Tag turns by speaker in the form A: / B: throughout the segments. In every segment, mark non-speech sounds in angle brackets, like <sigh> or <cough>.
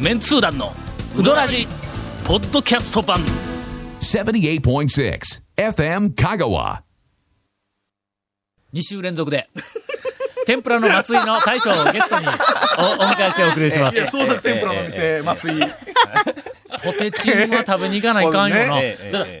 A: メンツー団のウドラジポッドキャスト版
B: 78.6 FM Kagawa.
A: 2週連続で <laughs> 天ぷらの松井の大将をゲストにおお迎えしてお送りしま
C: い
A: す
C: や、創作天ぷらの店、松井。
A: ポテチンは食べに行かないかんよな。だから
C: これ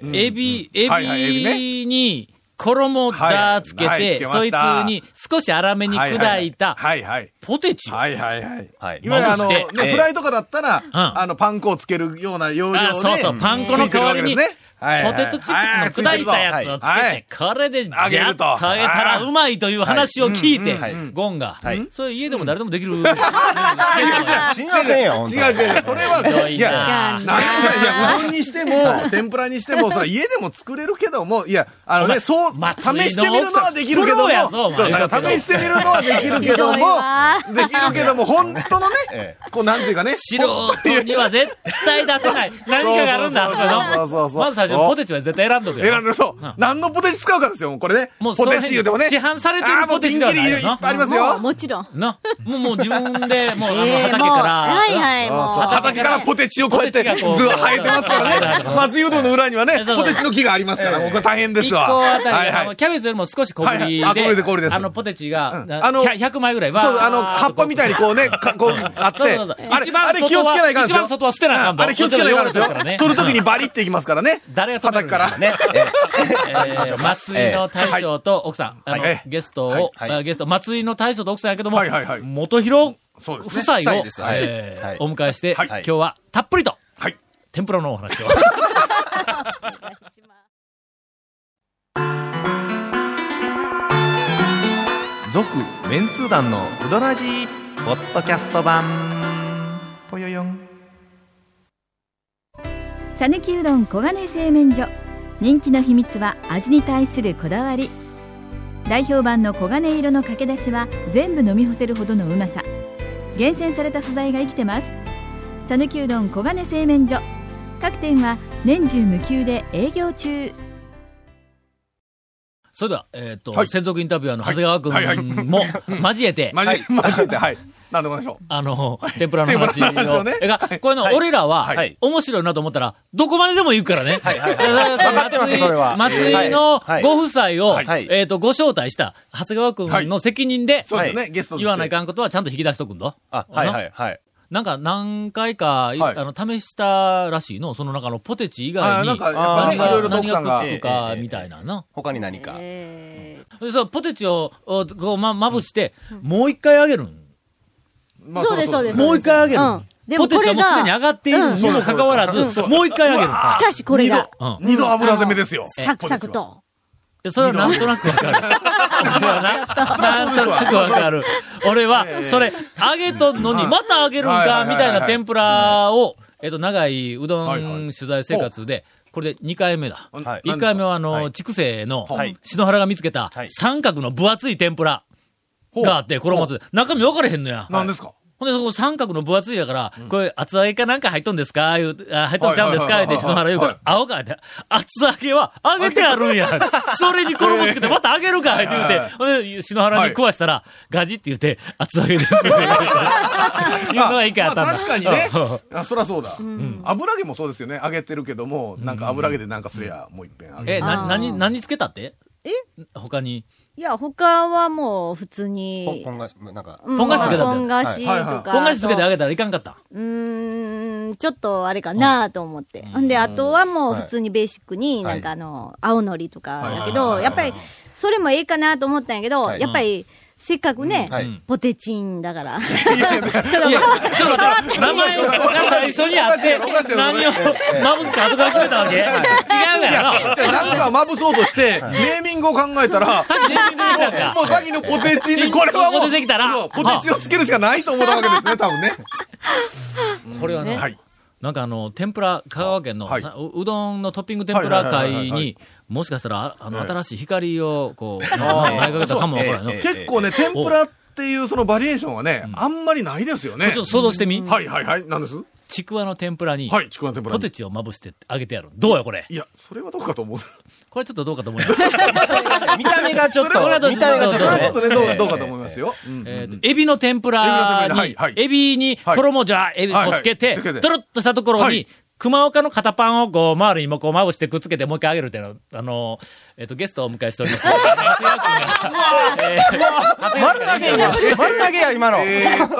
A: エ
C: ね
A: ビ、
C: はいはいエビ
A: エビに衣をだーつけ
C: はいはいつ
A: て、
C: けま
A: そい
C: し
A: つ
C: た
A: に少し粗めに砕いた
C: はいはい。
A: ポテチを。
C: はいはいはい。
D: はい
C: いわゆるあの、
A: まぶし
C: ね
A: て、
C: フライとかだったら、あの、パン粉をつけるような要領で。
A: あそうそう、パン粉の代わりに、
C: つ
A: ポ
C: いてるわけですねはいはい
A: テトチップスの砕いたやつをつけ
C: はいは
A: て
C: い、
A: これでジャ
C: 揚げ
A: ッ
C: ると
A: と揚げたらうまいという話を聞いて
D: はいうんうんは、
A: ゴンが
D: い、
A: そういう家でも誰でもできる。違う
D: 信じませんよ、本当に
C: 違う違う、それは、いや、
E: が
C: なんかいや、うどんにしても、天ぷらにしても、それは家でも作れるけども、いや、あのね、そう、試してみるのはできるけども、そう、だから試してみるのはできるけども、できるけども、本
A: <laughs>
C: 当のね、こう、なんていうかね、
A: 素人には絶対出せない。何かがあるんだ、
C: そう
A: あ
C: そうそうそうそうそ
A: そ
C: う
A: この。
C: そう
A: まず最初、ポテチは絶対選んどくよ。
C: 選んでそう、何のポテチ使うかですよ、これね。
A: もうそ
C: ポ
A: の
C: テ
A: 辺
C: チ言うてもね。
A: 市販されてるポテチではないよな
C: あーもうピンキリいっぱいありますよ。
E: もうもちろん。
A: な、もうもう自分
C: <laughs>
A: で、もうあの
E: ええ
A: 畑
E: もう
A: から。
E: はいはい、もう。
C: 畑からポテチをこうやって図は生えてますからね。松湯道の裏にはね、ポテチの木がありますから、もうこれ大変ですわ。
A: 1個あたり、
C: はい
A: あ
C: は
A: の
C: い。
A: キャベツよりも少し小ぶりで、
C: はいはいあ小ぶりで小ぶりです
A: あの、ポテチが、
C: うん
A: あ
C: あの
A: の、100枚ぐらいは。
C: そう、あの、葉っぱみた
A: い
C: いに
A: <laughs>
C: こうね、かこう、あって、
A: そうそうそう
C: あれ
A: 一、番
C: あれ気をつけないかんですよ。
A: 一番外は捨てなあかんと
C: あれ気をつけないかんですよ
A: こっちの汚れですからね。
C: <laughs> 取るときにバリっていきますからね。
A: 誰が止める
C: 畑
A: の
C: から。
D: ね。
A: え
C: <laughs>
A: ー松井の大将と奥さん、あの
C: はい
A: ゲストを、
D: はいはい
A: あゲスト、松井の大将と奥さんやけども、
C: はいはいはい
A: 元広
C: そう
A: 夫
C: ですね。
A: 妻
D: 夫妻
A: を
D: で、すはい
A: えー
D: はい
A: お迎えして、
C: はい
A: 今日はたっぷりと、
C: はい。
A: 天ぷらのお
C: <laughs>
A: 話を。
D: 続、メンツー団のウドラジー、ポッドキャスト版、ぽよよん。
E: さぬきうどん黄金製麺所人気の秘密は味に対するこだわり代表版の黄金色のかけだしは全部飲み干せるほどのうまさ厳選された素材が生きてますさぬきうどん黄金製麺所各店は年中無休で営業中
A: それでは、えっ、と、
C: はい
A: 専属インタビュアーの長谷
C: はいは
A: 川
C: い
A: 君も交えて、
C: マジ、マジで、はい。なんでもないでしょう。
A: あの、天ぷらの話
C: 天ぷらの話
A: を。
C: をね
A: えが、これの、俺らは、
D: はい
A: 面白いなと思ったら、どこまででも行くからね。はいはい
D: いわかってますそれは
A: 松
D: は
A: 井
D: い
A: の
D: はい
A: ご夫妻を、
D: はい
A: えっ、と、ご招待した、長谷川君の責任で、
C: そうです
D: は
C: ね、ゲストとして
A: 言わないかんことはちゃんと引き出しとくんだ。
D: あ、はいはいはい。
A: なんか、何回か、い
C: はい
A: あの、試したらしいの。その中のポテチ以外
C: あー
A: に。
C: なんか、やっぱ
A: な
C: ね、
A: ん
C: い
A: か
C: ろいろと奥
A: 何
C: さん
A: が
C: が
A: くっ。つくか、みたいなな。
D: 他に何か。
A: で、そう、ポテチを、おこう、ま、まぶして、もう一回あげるん。
C: まあ
F: そうです、そうです。
A: もう一回あげる
F: うん。で
A: ポ
F: も
A: テ
F: こ
A: チは
F: れ
A: もうすでに
F: が、
A: 上がっているにもかかわら
C: うん
A: ず、
C: そうです
A: もう一回あげるん。
F: しかしこれが、
A: うん。
C: 二度油攻めですよ。
F: サクサクと。
A: でそれはなんとなくわかる。俺はななんとなくわかる。俺は、それ、揚げとんのに、また揚げるん
C: はいはい
A: か
C: は、い
A: み
C: はい
A: たいな天ぷらを、えっと、長いうど
C: はいは
A: ん
C: い
A: 取材生活で、これで2回目だ。
C: はい
A: 1回目は、あ
D: は
A: の、
D: い
A: 筑西の
D: はい、
A: 篠原が見つけた
D: は、い
A: 三角の分厚い天ぷらがあって、衣つ、中身分かれへんのや。
C: 何ですか
A: ほんで、そこ三角の分厚いやから、これ厚揚げかなんか入っとんですか言うて、あ入っとんちゃうんですか
C: は
A: 言
C: いうはいはいは
A: て
C: い
A: 篠原言うから
C: は、
A: 青かって、厚揚げは揚げてあるん
C: <laughs>
A: や。それに衣つけてまた揚げるか言うて
C: はい
A: 言う
C: はい
A: て、ほんで、篠原に食わしたら、ガジって言って、厚揚げ
C: <laughs>
A: ですって言うていうのが一回あったんだ。
C: ま確かにね。あ、そらそうだ。油揚げもそうですよね。揚げてるけども、なんか油揚げでなんかすりゃ、もう一遍揚
A: うん。
C: げ
A: え、
C: る。
A: な、
F: あー
A: 何、何つけたって
F: え
A: 他に。
F: いや、他はもう普通
D: ポン
F: に
D: ポ、ンが、なんか、
F: うん
A: ポン菓子つけたんだよ
F: ポン菓子と
C: はいはいはい
F: か。
A: 本菓子つけてあげ
F: た。
A: たらいかんかった。
F: うーん、ちょっとあれかなと思って。ほんで、あとはもう普通にベーシックに、なんかあの、青のりとかだけど、やっぱり、それもええかなと思ったんやけど、
D: はい
F: やっぱり、せっかくね、
D: はい
F: ポテチンだから。
A: いや、ちょっと待って、名前が最初にあって
C: おかしい、よおかしい
A: 何
C: よ
A: を、まぶすか後から決めたわけ違う
C: い
A: やろ
C: や、じゃあなんかまぶそうとして、ネーミングを考えたら、
A: さっきネーミング見たんか
C: もう先のポテチに、これはも
A: ポテチ
C: う、
A: できたら
C: そうポテチをつけるしかないと思ったわけですね、多分ね。
A: これはね、
C: はい。
A: なんかあの、天ぷら、香川県の、
C: はいう
A: うどんのトッピング天ぷら
C: はいはいはい
A: 会
C: はいは
A: に、もしかしたら、ああの、
C: はい
A: 新しい光を、こう、投げかけたかもわからんの。
D: ええ
A: ち
C: 結構ね、天ぷらっていうそのバリエーションはね、あんまりないですよね
A: ょっ。と想像してみ、
C: はいはいはい、なんです
A: ちくわの天ぷらに、
C: はい、ちくわの天ぷら
A: ポ
C: に
A: テ。チをまぶして揚げてやる。どうや、これ。
C: いや、それはどうかと思う。
A: これちょっとどうかと思います。
G: 見た目がちょっ
C: それは
A: ちょっと
G: と、見た目がちょっ
C: それはちょっ
G: と
C: と
G: ね。
C: ね、どうどうかと思いますよ。うん
A: えーとエビの天ぷら
C: エビの天ぷらはい
A: に
C: はい、
A: エビに衣じゃ、エビをつけ
C: はい
A: て
C: はいつけて、
A: とろっとしたところ
C: は
A: に
C: い、
A: 熊岡の片パンをこう、周りにもこう、まぶしてくっつけて、もう一回あげるっていうのあの、えっと、ゲストをお迎えしております。
G: 丸投げや、丸投げや、今の。
C: えーっと、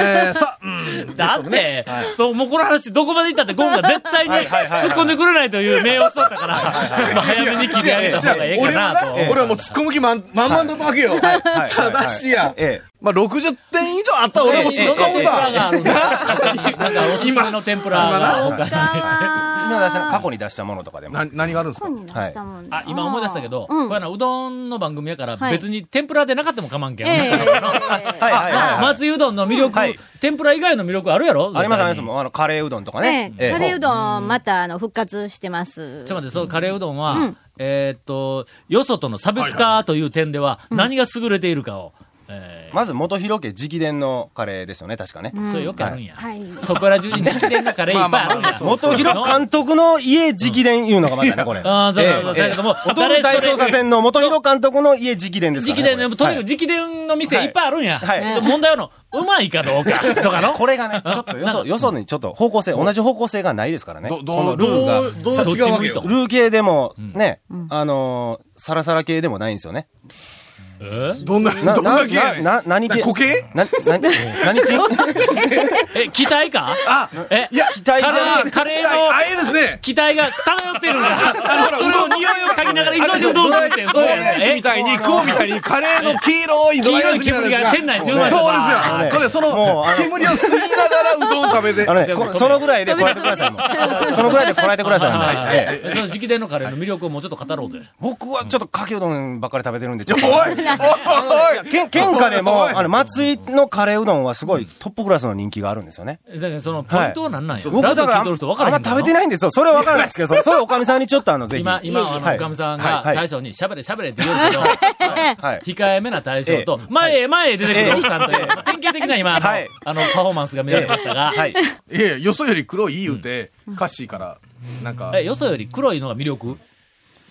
C: えーさ、うん
A: だって、そう、もうこの話、どこまで行ったって、ゴンが絶対に突っ込んでくれないという名誉をしとったから、まあ早めに切り上げた
C: じゃあ
A: 方がええか
C: 俺は
A: なと。
C: な、俺はもう突っ込む気満満々だったわけよ。ただしや、
G: ええ。
C: まあ、60点以上あったら俺も突っ込む
A: ええええ
C: さ。
A: 天ぷらがあるんだなんかおすすめの天ぷらが
G: 今な
F: <laughs>
G: 今出した、過去に出したものとかでも。
C: な何があるんです
F: 過
C: か
F: 去に出したもん
A: あ、今思い出したけど、
F: う
A: こ
F: ん
A: れあのうどんの番組やから、
F: はい
A: 別に天ぷらでなかったも構わんけん。
F: え
A: <laughs>
F: え
G: はいはいはい。
A: 松井うどんの魅力、
G: はい
A: 天ぷら以外の魅力あるやろ
G: ありますあり
A: 絶対に
G: ます。あの、カレーうどんとか
F: え
G: ね。
F: えカレーう
G: う
F: どん、また、あの、復活してま
A: ちょ
F: す。
A: っと待って、そのカレーうどんは、
F: うん
A: えーっと、よそとの差別化という点では、何が優れているかを、え
G: まず、元広家直伝のカレーですよね、確かね。
A: ーそうよくあるんや。
F: はい。
A: そこら中に人間のカレーいっぱいあるんや。
G: 元広監督の家直伝いうのがまたね、これ。
A: あーそうそうそうだけども
G: ええ踊る大捜査線の元広監督の家直伝ですか
A: 直
G: らね。
A: 伝の、
G: これ
A: とにかく直伝の店いっぱいあるんや。
G: はい
A: で問題はの、うまいかどうか、とかの。
G: <laughs> これがね、ちょっとよそ、よそにちょっと方向性、同じ方向性がないですからね。
C: ど、
G: こ
C: ど
G: の
C: う、
G: ルー
C: ど
G: が。
C: う、どう違うわけよ
A: ど。
G: ルー系でも、ね、あのー、サラサラ系でもないんですよね。
A: えー
C: どんな、どんだけやねん。
G: な、な、何系
C: 固形
G: な、な、何系
A: <laughs> え、期待か
C: あ、
A: え、
C: いや、
G: 期待じゃな
A: カ
G: い
A: レー、カレーの
C: あ、あ、ええですね。
A: 期待が漂ってる
G: <laughs>
A: んだ。
C: ほら
A: それを匂いを嗅ぎながら急いでうど
C: ド
A: ん
C: ラ
A: 食って
C: イ
A: ん
C: ド
A: そう
C: ラ
A: や
C: イアイス
A: ね
C: みたいに、雲みたいに、カレーの黄色いドライアイスみたいなやつ
A: 黄色い煙が店内充満して
C: そう
A: た
C: ですよ。これ、そ
G: もう
C: の、
G: あの
C: 煙を吸いながらうどんを食べて
G: あ。のね、
A: 全部
G: こそのぐらいでこらえてくださいも
A: <laughs>
G: う。そのぐらいでこらえてくださいもう。
A: はい
G: ええ
A: えその直伝のカレーの魅力をもうちょっと語ろうで。
G: 僕はちょっとかけうどんばっかり食べてるんで、ち
C: お
G: ょっ
C: い
G: と。
C: おいおい
G: けん県下でも、
C: おい
G: あの、松井のカレーうどんはすごいトップクラスの人気があるんですよね。
A: だからそのポイントはなんなんや。
G: 僕
A: ラジオ
G: だ
A: 聞
G: から、あ
A: い
G: ん
A: とる人分からへ
G: ま
A: ん
G: 食べて
A: ない。
G: ないんですよ。それは分からないですけど、そそれおかみさんにちょっとあの、ぜひ。
A: 今、今、あ
G: は
A: の、
G: い
A: おかみさん
G: は
A: が、
G: いはい
A: 大将に喋れ喋れって言うけど、はい
G: <laughs> はい。
A: 控えめな大将と
G: え、
A: 前へ前へ出てく
G: ええ
A: る奥さんという、典型的な今、あの
G: はい
A: あの、パフォーマンスが見られましたが、
G: はい。
C: いやいやよそより黒い言うて、カッシーから、なんか、
A: えよそより黒いのが魅力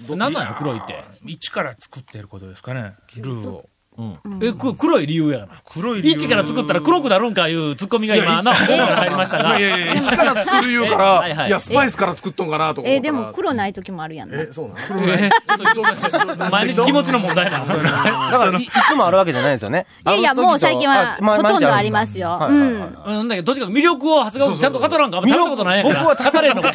A: なんなんや、黒いって。
H: 一から作ってることですかね、ルーを。
A: うんえ、く黒い理由やがな。
H: 黒い理由
A: 一から作ったら黒くなるんかいうツッコミが今、な、本から入りました
C: いや
A: が
C: い。やいや、一から作る言うか
A: <laughs> はいは
C: ら、
A: い
C: いや、スパイスから作っとんかなとか思
F: え
C: った
F: ー、で
C: ら
F: も黒ない時もあるやんな。
C: え、そうなの
A: えー毎日気持ちの問題なの。
G: だから、いいつもあるわけじゃないですよね。
F: いやいや、
G: あの
F: もう最近は、
G: あま
F: ほとんどありますすよ。
G: は
F: う
G: いはいはい
F: ん。
A: うん、だけど、とにかく魅力を、長谷川ちゃんと語らんか、あんま食べたことないやんから。
G: 僕は
A: 語れんのか。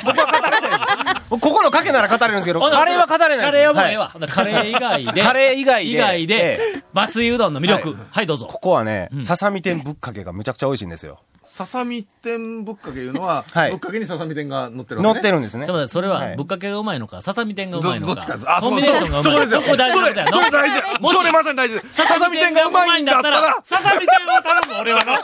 G: もうここのかけなら語れるんですけど、カレーは語れないです。
A: カレーはもうええ
G: は
A: わ。カレー以外
G: い
A: で。
G: カレー以外で。
A: 以外で
G: ええ、
A: 松井うどんの魅力。
G: は
A: はい、どうぞ。
G: ここはね、ささみ天ぶっかけがむちゃくちゃ美味しいんですよ。
C: <laughs> ささみ天ぶっかけいうのは、
G: はい
C: ぶっかけにささみ天が乗ってる
G: 乗
C: わ
G: っ
C: け、ね。
G: てるんですね
A: ちょっと。待ってそれ
G: は
A: は、
G: い
A: ぶっかけがうまいのか、ささみ天がう
C: ど
A: まいの
C: ど
A: か。
C: っちかです。あ、
A: コ
C: そ
A: ンビ
C: う
A: ネーションが
C: そうう。
A: まい。
C: そこですよ。
A: こ大事
C: そ
A: なこ
C: れ、
A: とやな
C: それ大事。
A: <laughs> もし
C: それまさに大事です。ささみ天がうまいんだったら、
A: ささみ天を頼む、俺はな。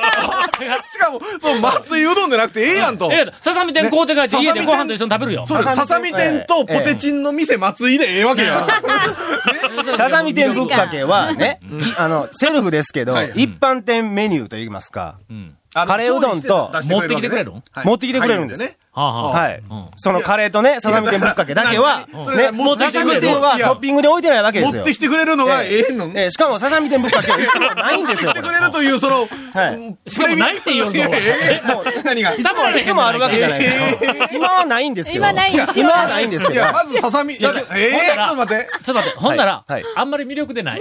C: しかも、そう、松井うどんじゃなくてええやんと。
A: <laughs> ええささみ天買うて帰って家でご飯と一緒に食べるよ。
C: そうです。ささみ天とポテチンの店松井でええわけや。
G: <laughs> ささみ天ぶっかけはね、いあの、セルフですけど、
C: はい
G: 一般店メニューといいますか、
A: うん
C: あの
G: カレーうどんと
C: 調理して出
A: 持ってきてくれる
C: し
A: の
C: はい
G: 持ってきてくれるんです
C: 入ね。
A: はあはあ
G: はい
A: うん。
G: そのカレーとね、ささみ天ぶっかけだけは、
C: <laughs> それ
G: ね、
C: が持ってきてくれ
G: っていう
C: る
G: の
C: の。
G: は
C: い
G: ト
C: や
G: ッピングで置いてないわけです
C: 持
G: よ
C: って。きてくれるのがええの。
G: えーしかも、ささみ天ぶっかけはいつもないんですよ。
C: <laughs> 持ってきてくれるという、その、
G: はい
C: うん
A: しかもないって言うぞ
C: プレミアムええもう何が
G: いつもはいつもあるわけじゃないですよ。今はないんですけど。
F: 今ない
G: 今はないんですけ
C: い
G: ど。
C: や、まずささみ、いやええ
A: ほんなら
C: ちょっと待って。
A: ちょっと待って、ほんなら、
G: はいはい
A: あんまり魅力で
C: <laughs>
A: ない。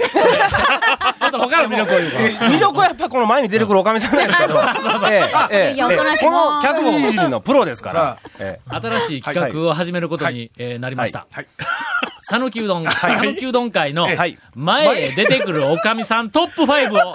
A: あと他の魅力を言うから。
G: 魅力はやっぱこの前に出てくるおかみさんなんですけど、ええええ
F: いや
G: ええ
F: おとなしい
G: こ
F: も
G: の
F: ん
G: 客いじりのプロですから
C: さ、
G: え
A: 新しい企画を始めることにえーなりました。
C: はい。
A: 讃岐うどん、讃岐うどん会の
G: えはい
A: 前へ出てくるおかみさんトップ5を、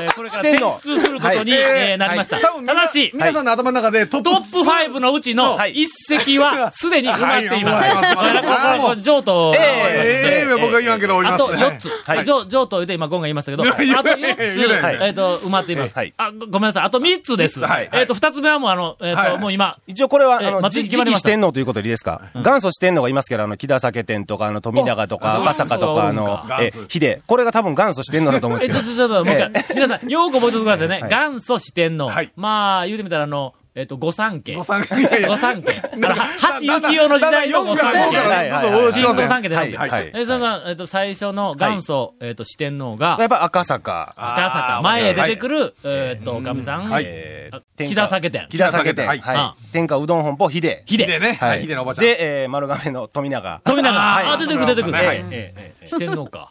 A: えーこれから選出することに
C: してんのはい
A: えーなりました。
C: 多分
A: た
C: 皆
A: だし、
C: 皆さんの頭の中でトップ
A: トップ5のうちの
C: はい
A: 一席はすでに埋まっています。
C: はいはい
A: これはこれこれ譲渡。
C: ええ僕は言わんけどおり
A: あ
C: ます。
A: と4つ。
G: はい
A: 上、上と言うて今、ゴンが言いましたけど、あと
C: いや
A: 4つ、
C: いやいやいや
G: はい
A: えっと、埋まっています。
G: はい
A: あ、ごごめんなさい。あと3つです。
C: はい
A: えっと、2つ目はもうあの、えっ、
C: はい
A: と、
C: はい
A: もう今、
G: え一応これは、
A: ええ
G: あの、
A: 祭り
G: 時
A: 決まりました
G: 期四天王ということでいいですか、元祖四天王がいますけど、あの、木田酒店とか、あの、富永とか、
A: お
G: 赤坂とか、あ
A: そう
G: の
A: か、
G: ええ
C: 元祖
G: ヒデ。これが多分元祖四天王だと思うん
A: え、
G: で
A: ち
G: す
A: ょ、
G: け
A: ち
G: ど。
A: ょ、ちょ、もう一回、皆さん、よーく覚えておいてくださいね。
G: はい
A: 元祖四天王。
C: はい
A: まあ、言うてみたら、あの、えっと、御三家。
C: ご参加。いやいや
A: 御三家。あのは橋幸夫の時代の御三
C: だんだん四
A: 家
C: から。
G: はいはい
C: どんどん
A: 新御三家でしょ。
G: はいはい
A: でその、えっと、最初の元祖、えっと、四天王が
G: や、っぱ赤坂。
A: 赤坂、前へ出てくる、えっと、おかみさん、
C: はい
G: えー
A: 木田酒店
G: 木田酒店。
C: は
G: はいい。
A: あ
G: 天下うどん本舗、秀で。
A: 秀
C: ヒデね。はい、ヒデのおばちゃん。
G: で、えー丸亀の富永。
A: 富永。
G: はい
A: あ、出てくる出てくる。
G: はい。
A: え
G: ええええ
A: え四天王
C: <laughs>
A: か。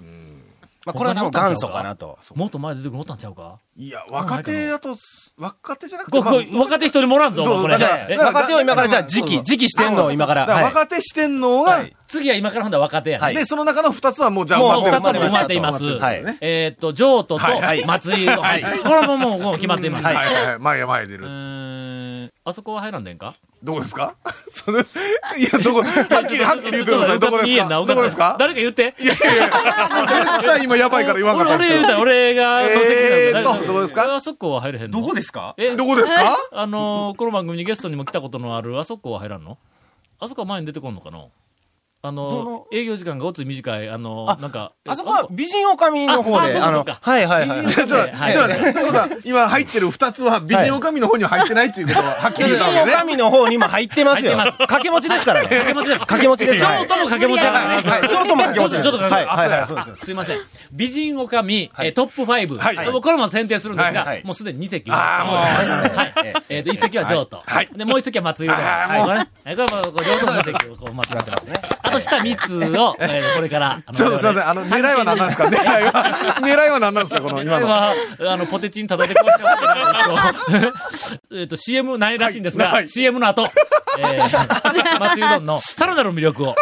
G: まあ、これは多分元祖かなと。
A: もっと前出てくるのおったんちゃうか
C: いや、若手だと、若手じゃなくて、
A: ここ若手一人もらんぞ、
C: そう
A: これ
C: だから。
A: え
C: だから
G: 若手を今からじゃあ、次
C: そう
G: 期、
C: そう
G: 次期してんのを今か
C: だ
G: ら。
C: から
G: はい
C: 若手四天王は、
A: 次は今からほんだら若手やね。
G: はい
C: で、その中の二つはもうじゃあ、
A: もう二
C: 埋まっ
A: つ
C: て
A: も
C: る
A: 埋まっています。
G: はい
A: えーっと、譲渡と
C: はい
A: 松井うどん。これはもうもうもう決まっています。
C: はいはいはい。前へ前へ出
A: うー
C: る。
A: んあそこは入らんでんか
C: どこですか <laughs> それ、いや、ど <laughs> こ、はっきり、はっきり言ってください。どこですかどこですか
A: 誰か言って。
C: いやいやいや、もう絶対今やばいから言わんかった
A: 俺、俺言うたら俺が乗せてきたんだ
C: えーっとどこですか
A: あそこは入れへんの
H: どこですか
A: え、
C: どこですか
A: あのーこの番組にゲストにも来たことのある、あそこは入らんのあそこは前に出てこんのかなあ
G: ど
A: の
G: の
A: ー営業時間がおつい短い、あのーなんか。
G: あそこは美人女将の方で、
A: ああそうかそうか
G: はいはいはい。
C: ちょっと、ちょっと、
A: はい
C: ちょっと、そういうことは、今入ってる二つは、美人女将の方には入ってないっていうことは、はっきり言っ
G: 美
C: た
G: 人
C: わけ
G: 女
C: ね。
G: 将の方にも入ってますよ。
A: 入ってます
G: 掛け持ちですからね。掛
A: 掛け持ちです
G: 掛け持ちで
A: 京
G: す。
A: 都も掛け持ちだからね
G: はい京都も掛け持ちです。
A: ちょっと
G: はいはいはい、そうですよ。
A: すいません。美人女将、えートップ5。
C: はいはい
A: これも選定するんですが、
G: はいはい
A: もうすでに2席。そ
C: あ
A: うですはい。えっ、と、1席は譲渡。
C: はい
A: で、もう1席は松井うどん。
C: あ
A: はい、これね。はいこれも、こう、両方の席をこう、待ってますね。あと、下3つを、えーこれから。あの
C: ちょっとすいません、あの、狙いは何なんですか狙いは、狙いは何なんですかこの、今
A: これ
C: の。
A: は、あの、ポテチンたどいてこうしてますけどえっと、CM <laughs> ないらしいんですが、
C: はいない
A: CM の後、え
C: <laughs>
A: ー、松井うどんのさらなる魅力を、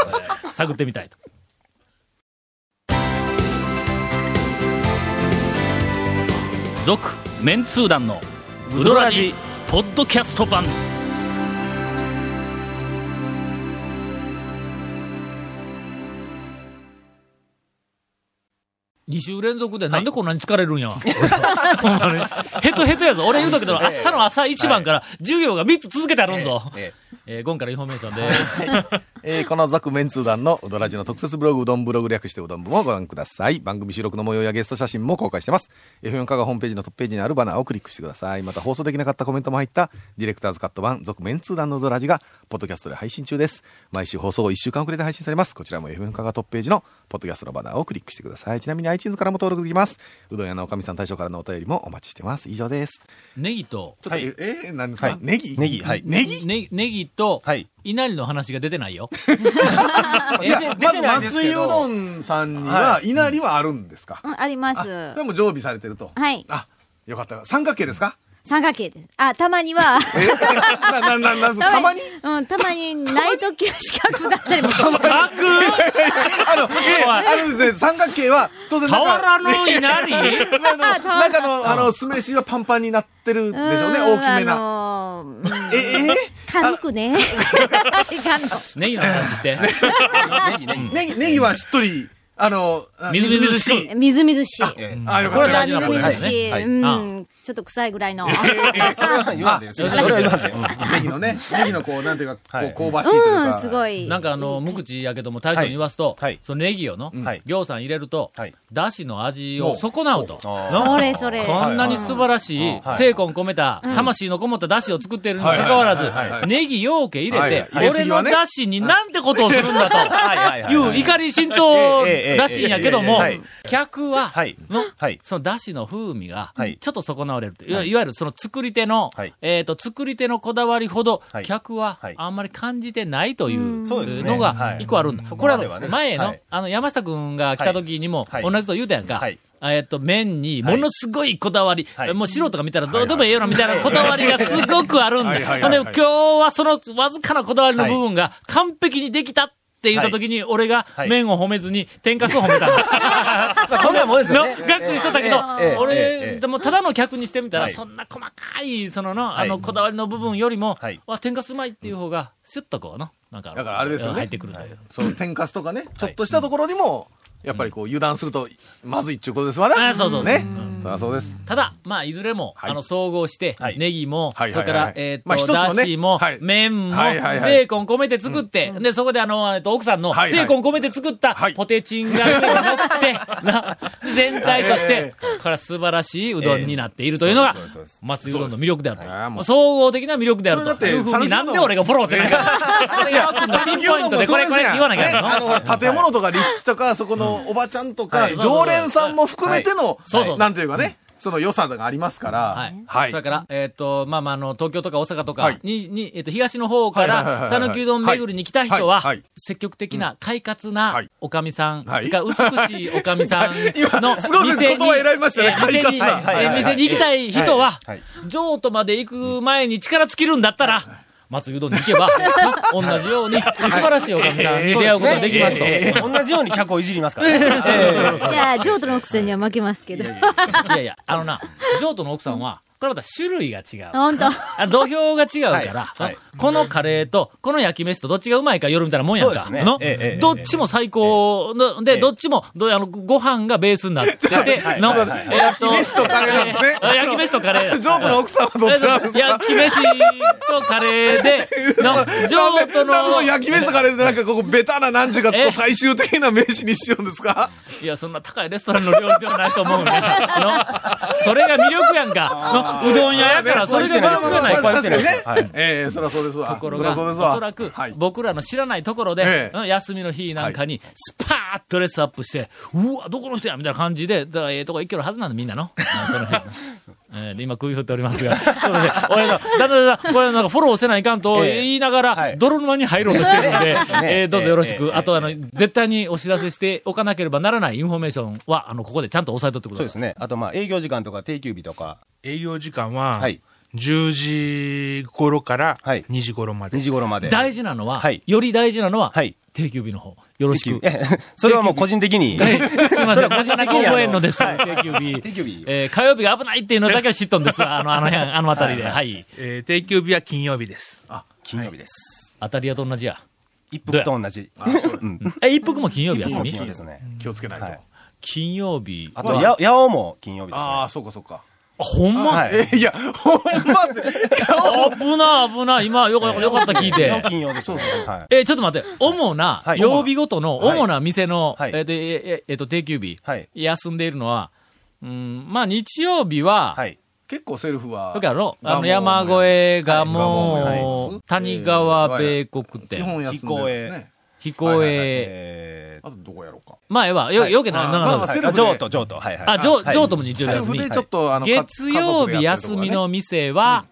A: えー探ってみたいと。続、メンツー団の、ウドラジ、ポッドキャスト版。2週連続でなんでこんなに疲れるんや。 <laughs> ほんまにヘトヘトやぞ。俺言うとけど、明日の朝一番から授業が3つ続けてあるんぞ。
G: え
A: えー、ゴンからインフォメーションです。
C: えーこのザクメンツー団のうどらじの特設ブログうどんブログ略してうどん部もご覧ください。番組収録の模様やゲスト写真も公開してます。F4 カがホームページのトップページにあるバナーをクリックしてください。また放送できなかったコメントも入ったディレクターズカット版続メンツー団のうどらじがポッドキャストで配信中です。毎週放送1週間遅れで配信されます。こちらも F4 カがトップページのポッドキャストのバナーをクリックしてください。ちなみに iTunes からも登録できます。うどん屋のおかみさん大将からのお便りもお待ちしてます。以上です。
A: ネギと、
C: ちょっと、えー、何ですか、ネギ
G: ネギはい
C: ネギ
A: ネネギと、
G: はい
A: 稲荷の話が出てないよ。
C: いや、まず松井うど
G: ん。
C: んさんには、稲荷はあるんですか、
F: うんあります。
C: あでも常備されてると。
F: はい。
C: あ、よかった。三角形ですか
F: 三角形です。あ、たまには、
C: えな、な、な、な、たまに
F: うん、たまにない時は四角だったり
C: <laughs>
F: もす
A: か
F: る。
A: く
C: あの、え、
A: おい
C: あるんですね。三角形は、当然
A: 変わら
C: 中、
A: ぬ稲荷
C: あの中の、あの、酢飯はパンパンになってるでしょうね。大きめ
F: あ
C: な。
F: のーうん
C: え、え
F: 軽くね。いかんの
A: ネギの話して。
C: ネギ、ネギはしっとり、あの、あ
A: みずみずしい
C: みずみず
F: みずみずしい。
G: え
C: あ、よ
F: こ
C: かっ
F: れ
C: た。
F: が
A: これが
F: みずみず
G: は
F: しい。
G: いはい
F: うん。ちょっと臭いぐらいの。
G: え言わんでよそれは言わんでようん
C: ネギのね、ネギのこう、なんていうか、
G: は
C: こ、
G: い
C: 香
G: う
C: ばしいという
F: うん、
C: か。
F: すごい。
A: なんかあの、無口やけども大将に言わすと、
G: はいはい
A: そのネギをの、
G: はい
A: ぎょうさん入れると、
G: はい
A: だしの味を損なうと。
F: それそれ。
A: こんなに素晴らしい、精魂込めた、魂のこもった出汁を作っているにもかかわらず、ネギよけ入れて、
C: はいはい
A: 俺の出汁になんてことをするんだと。
G: はいはいはい
A: い
G: は
A: う
G: い。
A: 怒り浸透らしいんやけども
G: はい、
A: 客は
G: はい、
A: の
G: はい、
A: その出汁の風味が
G: はい、
A: ちょっと損なわれると。いわいわゆるその作り手の
G: はい、
A: えっと、作り手のこだわりほど
G: は、い
A: 客は
G: はい
A: あんまり感じてないという
G: そうですね
A: の
G: は
A: が
G: い
A: 一個あるんだ。
G: そ
A: こ
G: こ
A: れ
G: までは
A: は
G: ね
A: 前
G: は
A: の
G: い、
A: あの、山下くんが来た時にも、
G: はい
A: 同じこと言うたやんか
G: はい。
A: えっと、麺に、ものすごいこだわり
G: はい、
A: もう素人が見たらどうでもええよなみたいなこだわりがすごくあるんだ。
C: はいはいはい
A: ほんで、今日はそのわずかなこだわりの部分が完璧にできたって言った時に、俺が
G: はい
A: 麺を褒めずに天かすを褒めたん
G: <laughs>
A: だ。
G: まあこんなもんです
A: の
G: よね。
A: がっくりしとったけ
G: え
A: ど
G: えええ、え
A: 俺、
G: え
A: でもただの客にしてみたら、
G: はい
A: そんな細かい、そのの、
G: は
A: あ
G: い
A: の、こだわりの部分よりも
G: はい、
A: わ、天かすうまいっていう方が、シュッとこうの、なんか、
C: だからあれですよね
A: 入ってくるという。
C: その天かすとかね、ちょっとしたところにも、やっぱりこう油断するとまずいっちゅうことですわね。
A: あそうそう。
C: ね。
A: うん
C: だそうです。
A: ただ、まあ、いずれも、
C: はい
A: あの、総合して、
G: はい
A: ネギも、
C: はい
A: それか
C: はい
A: ら
C: は、いはい
A: えっ、
C: まあ一
A: と、
C: つのね
A: だしも、
C: はい
A: 麺も、
C: はいはいはい
A: 精魂込めて作って、で、そこであの、えっと、奥さんの、
C: はいはい
A: 精魂込めて作った
C: はい
A: ポテチンが、乗って、な、
C: <laughs>
A: 全体として、これは素晴らしいうどんになっているというのが
G: そうですそうです、
A: 松井うどんの魅力である
C: そうですあーも
A: と。
C: う
A: 総合的な魅力である
C: これだっ
A: と。
C: て
A: いうふうに、なんで俺がフォローせなきゃ。 <laughs> これ山君のピンポイントで、これこれって言わなきゃいけないの
C: ねあの、ほら建物とか立地とか、そこのおばちゃんとか、常連さんも含めての
A: そうそうそ、う
C: なんていうかね、その良さがありますか
A: は
C: ら
A: い。。
C: は
A: はいい。それ。から、えっ、と、まあまあ、あの、東京とか大阪とか
C: はい
A: に、に、えっ、と、東の方か
C: はいはいはいは
A: ら、
C: い
A: 讃岐うどん巡りに来た人は
C: はいはいはい、
A: 積極的な、快活
C: は
A: ないおかみさんが、
C: はい
A: 美しいおかみさん
C: <laughs> 今
A: の、
C: すごく
A: 店に
C: 言葉選びましたね
A: えー店に
C: 快活な
A: えー
G: はいはいはい
A: 店に行きたい人は
G: はい、
A: 譲渡まで行く前に力尽きるんだったら、松井うどんに行け
C: <laughs>
A: ば、同じように、素晴らしいおかみさんに出会うことができますと。
G: 同じように客をいじりますからね。
F: いや、譲渡のくせには負けますけど。
A: いやいや、あのな、譲渡の奥さんは、これまた種類が違う。
F: 本当。
A: あ土俵が違うから、
G: はいはい
A: このカレーと、この焼き飯とどっちがうまいか夜みたいなもんやん
G: そう
A: か。
G: ですね
A: の、
G: ええええ
A: どっちも最高の、で、
G: え
A: どっちも、どあのご飯がベースになってて、
G: はい
A: の
G: はい
C: <laughs> はい
A: えーっと
C: 焼き飯とカレーなんですね
A: えー焼き飯とカレ
C: <laughs>
A: ー。
C: 譲渡の奥さんはどっちなんですか
A: 焼き飯とカレーで、の、
C: なん
A: 譲
C: で
A: 渡の、
C: なんで焼き飯とカレーでなんかここベタな何時がこ
A: え
C: う大衆的な名詞にしようんですか
A: いや、そんな高いレストランの料理ではないと思うね。の、それが魅力やんか。の、うどん屋やから、それが
C: まあ
A: 魅
C: ま
A: 力
C: あま
A: や
C: あ
A: ない
C: まあ
A: か。こう言っ
C: 確
A: て
C: か
A: る
C: にね
G: はい。
C: ええ、そらそうですわ。
A: ところ
C: そ
A: が、
C: らそうですわ。
A: おそらく
C: はい、
A: 僕らの知らないところで、
C: ええ
A: うん休みの日なんかに、スパーッとドレスアップして、うわ、どこの人やみたいな感じで、だからええとこ行けるはずなんだ、みんなの。うんその <laughs> 辺えーで今、首振っておりますが、そうですね俺の、だだだだ、これなんかフォローせないかんと
G: ええ
A: 言いながら、
G: はい
A: 泥沼に入ろうとしてるので、
G: ね
A: えーどうぞよろし
G: え
A: く、
G: え
A: あとあの、絶対にお知らせしておかなければならないインフォメーションは、あの、ここでちゃんと押さえとってく
G: そう
A: だ
G: で
A: さい。
G: すね。あと、まあ、営業時間とか定休日とか、
H: 営業時間は
G: はい、
H: 10時頃から
G: はい
H: 2時頃まで
G: 2。時頃まで。
A: 大事なのは、
G: はい
A: より大事なのは、
G: はい
A: 定休日の方、よろしく。
G: 定休日 <laughs> それはもう個人的 <laughs> に。
A: すみません、個人的に覚えんのです。
G: はい
A: 定休日。
G: 定休日
A: えー火曜日が危ないっていうのだけは知っとんですわ。あの、あの辺、あの辺りで。はい。
H: えー定休日は金曜日です。
G: 金曜日です。
A: 当たり屋と同じや。
G: 一服と同じ。うん
A: え、一服も金曜日休
G: もう
A: み
G: 金曜日ですね。
C: 気をつけないと。
G: はい
A: 金曜日。
G: あと、や、八尾も金曜日ですね。
C: ああ、そうかそうか。
A: あほんま
G: はい。
C: え、いや、ほんまって、
A: 危な、危な。今、よかよかった聞いて。
G: 金曜です。そうそう。はい。
A: え、ちょっと待って。主な
G: は、い
A: 曜日ごとの、
G: はい
A: 主な店の、
G: はい
A: えっと、えええっと、定休日
G: はい、
A: 休んでいるのは、うん、まあ、日曜日は、
G: はい。
C: 結構セルフは。
A: だからの、あ
C: 蒲
A: の、
C: 生
A: 山越えが
C: はい蒲生
A: も
C: もやり
A: う
C: ま、す
A: 谷川米国
C: 基
A: 店、
C: 本休んでますね。
A: 飛行
G: はいはいはい
A: へ
G: え
C: あとどこやろうか。
A: 前は、よ、
C: はい
A: よけない。
C: まあ
A: なるほど
C: まあ
G: ー
C: セル
G: あ
C: フで
G: 譲渡、譲渡。はいはい。
A: あ、ジョー、
G: はい
A: ジョートも日曜日
C: セル
A: 休
C: フ
A: み
C: で。ちょっと、あの、か
A: 月曜日休み。の
C: 家
A: 店は、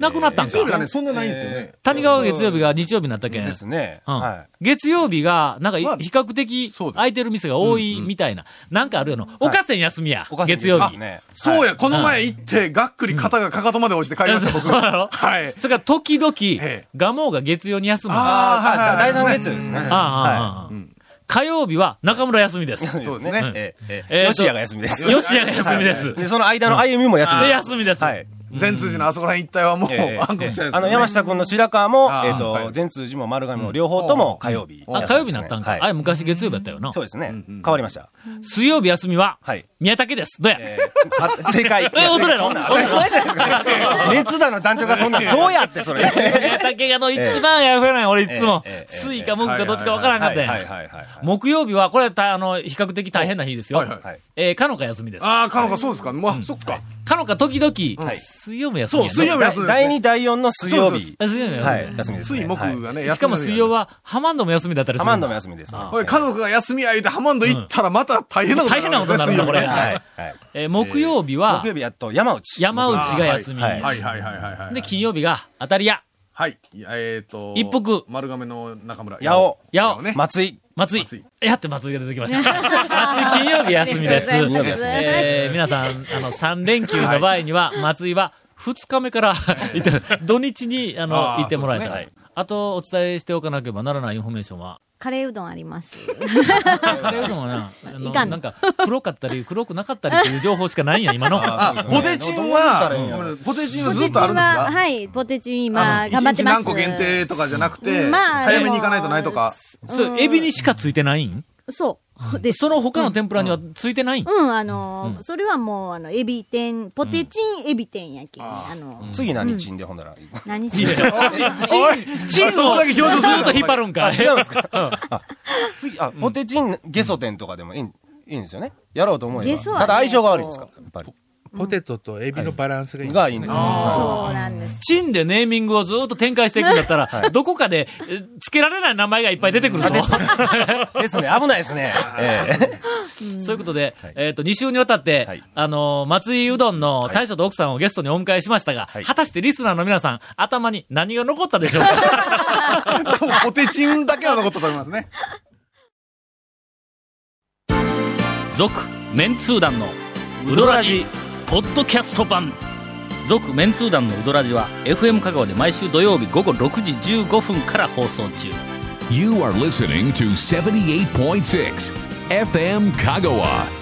A: なくなったん
C: 族でやってるとかね月
A: か。
C: 曜日はね、そんなないんですよね。
A: 谷川が月曜日が日曜日になったけん。
G: ですね。
A: うん
G: は
A: 月曜日が、なんかい、
C: まあ
A: 比較的
C: そうです
A: 空いてる店が多いみたいな。なんかあるやの。おかせん休みや。
G: い。お母さん
A: 月曜
G: です
A: 日。
G: ね。
C: そうや、この前行って、がっくり肩がかかとまで落ちて帰りました、
A: そう
C: 僕。
A: やろ
C: はい。
A: それから、時々
C: え、
A: ガモが月曜に休む。あ
C: ああ、はい
G: 第
C: はい
G: 三
C: はい。
G: 月曜ですね。
A: あ、ああ、ああ火曜日は中村休みです。
G: い
C: そうですね
G: ね。えええ
A: え
G: え
A: ーと
G: 吉谷が休みです。
A: 吉谷が休みです。
G: で、その間の歩みも休みです。
A: 休みです。
G: はい。
C: 全通寺のあそこら辺一帯はもう、
G: ええ
C: あんこちゃんですよね
G: あの、山下君の白川も、
C: あー
G: えっ
C: は
G: と、
C: い
G: 全通寺も丸亀も両方とも火曜日。
A: あ、火曜日になったんか。
G: はい
A: あれ、昔月曜日やったよな
G: そう。ですね。変わりました。
A: 水曜日休みは
G: はい、
A: 宮武です。どうや
G: えーあ正解。え
A: え踊れろ
G: そんな当たり前じゃないですか。熱だの団長がそんな、どうやって
A: <laughs>
G: それ。
A: 宮武がの一番やふない、俺いつも
G: えええええ。え
A: スイか木かどっちかわからんかったやん。
G: はいはい。
A: 木曜日は、これ、たあの、比較的大変な日ですよ
C: はいはい
G: はい。
A: えー、かのか休みです。
C: ああ、かのか、そうですか。まあ、そっか。
A: かのか時々、水曜も休みやな。
C: そう水曜日
G: だ第2、第4の水曜
C: そうそう
G: 日。
A: あ水曜も
G: は
A: 休
G: い、休みですね。
C: 水木がね、休みなんです
A: み。しかも水曜。は、ハマンドも休みだったりす
G: ハ
A: る。
G: マンドも休みですね。
A: あ
C: これ、家族が休みあいて、ハマンド行ったらまた大変なこと
A: 大変なことになるんだ、これ。
C: 水曜日ね
G: はい。はい
A: えー、木曜日は
G: 木、曜日やっと山内。
A: 山内が休み。
G: はいはい
C: はいはいはいはいはい。
A: で、金曜日が、当たり屋、
C: はい。いやえっ、と、
A: 一服
C: 丸亀の中村。
G: 八尾。
A: 八尾
C: ね。
G: 松井。
A: 松井
C: 松井。
A: やって松井が出てきました。 <laughs> 松井金曜日休みです。
F: ありがとうございます
A: えー皆さん、あの、3連休の場合には、松井は2日目から行ってる、土日に、あの、
C: あー
A: 行ってもらえた
C: そう
A: ら
C: で。
A: あと、お伝えしておかなければならないインフォメーションは、
F: カレーうどんあります。
A: カレーうどんはな、あの
F: いかん
A: なんか、黒かったり、黒くなかったりという情報しかないんや、今の。
C: あ、ポテチンは、ポテチンはずっとあるんです
F: は、
C: か
F: はい、ポテチン
C: あ
F: 今、
C: の
F: 頑張っ
C: 一
F: て
C: 日
F: ます。
C: 何個限定とかじゃなくて、
F: まあ
C: 早めに行かないとないとか。
A: そうエビにしかついてないん
F: そう。です。
A: その他の天ぷらにはついてないん、
F: うん、あのーそれはもう、あの、エビ天、ポテチンエビ天やけん。あのー
G: 次何チンでほんなら。
F: 何しよう。
C: おい
A: チン
C: そこ
A: を
C: だけ
A: ず
C: 表情する
A: っと引っ張るんか。
G: 違うんですか。あ次、あ、ポテチンゲソ店とかでもいい、いいんですよね。やろうと思え
F: ゲ
G: ば。
F: ソはね
G: ただ相性が悪いんですか。やっぱり。
H: ポテトとエビのバランスがいいんですよ
G: が
H: ね
G: いいんです
F: そうなんです。
A: チンでネーミングをずっと展開していくんだったら、どこかで、え付けられない名前がいっぱい出てくるぞ。
G: ですね、危ないですね。ええ
A: そういうことで、えっ、と、2週にわたって、
G: はい
A: あのー松井うどんの大将と奥さんをゲストにお迎えしましたが、
G: い
A: 果たしてリスナーの皆さん、頭に何が残ったでしょうか
C: 多分ポテチンだけは残ったと思いますね。
A: 続、メンツー団の、ウドラジ、ポッドキャスト版。続、メンツー団のウドラジは、FM 香川で毎週土曜日午後6時15分から放送中。
B: You are listening to 78.6 FM Kagawa.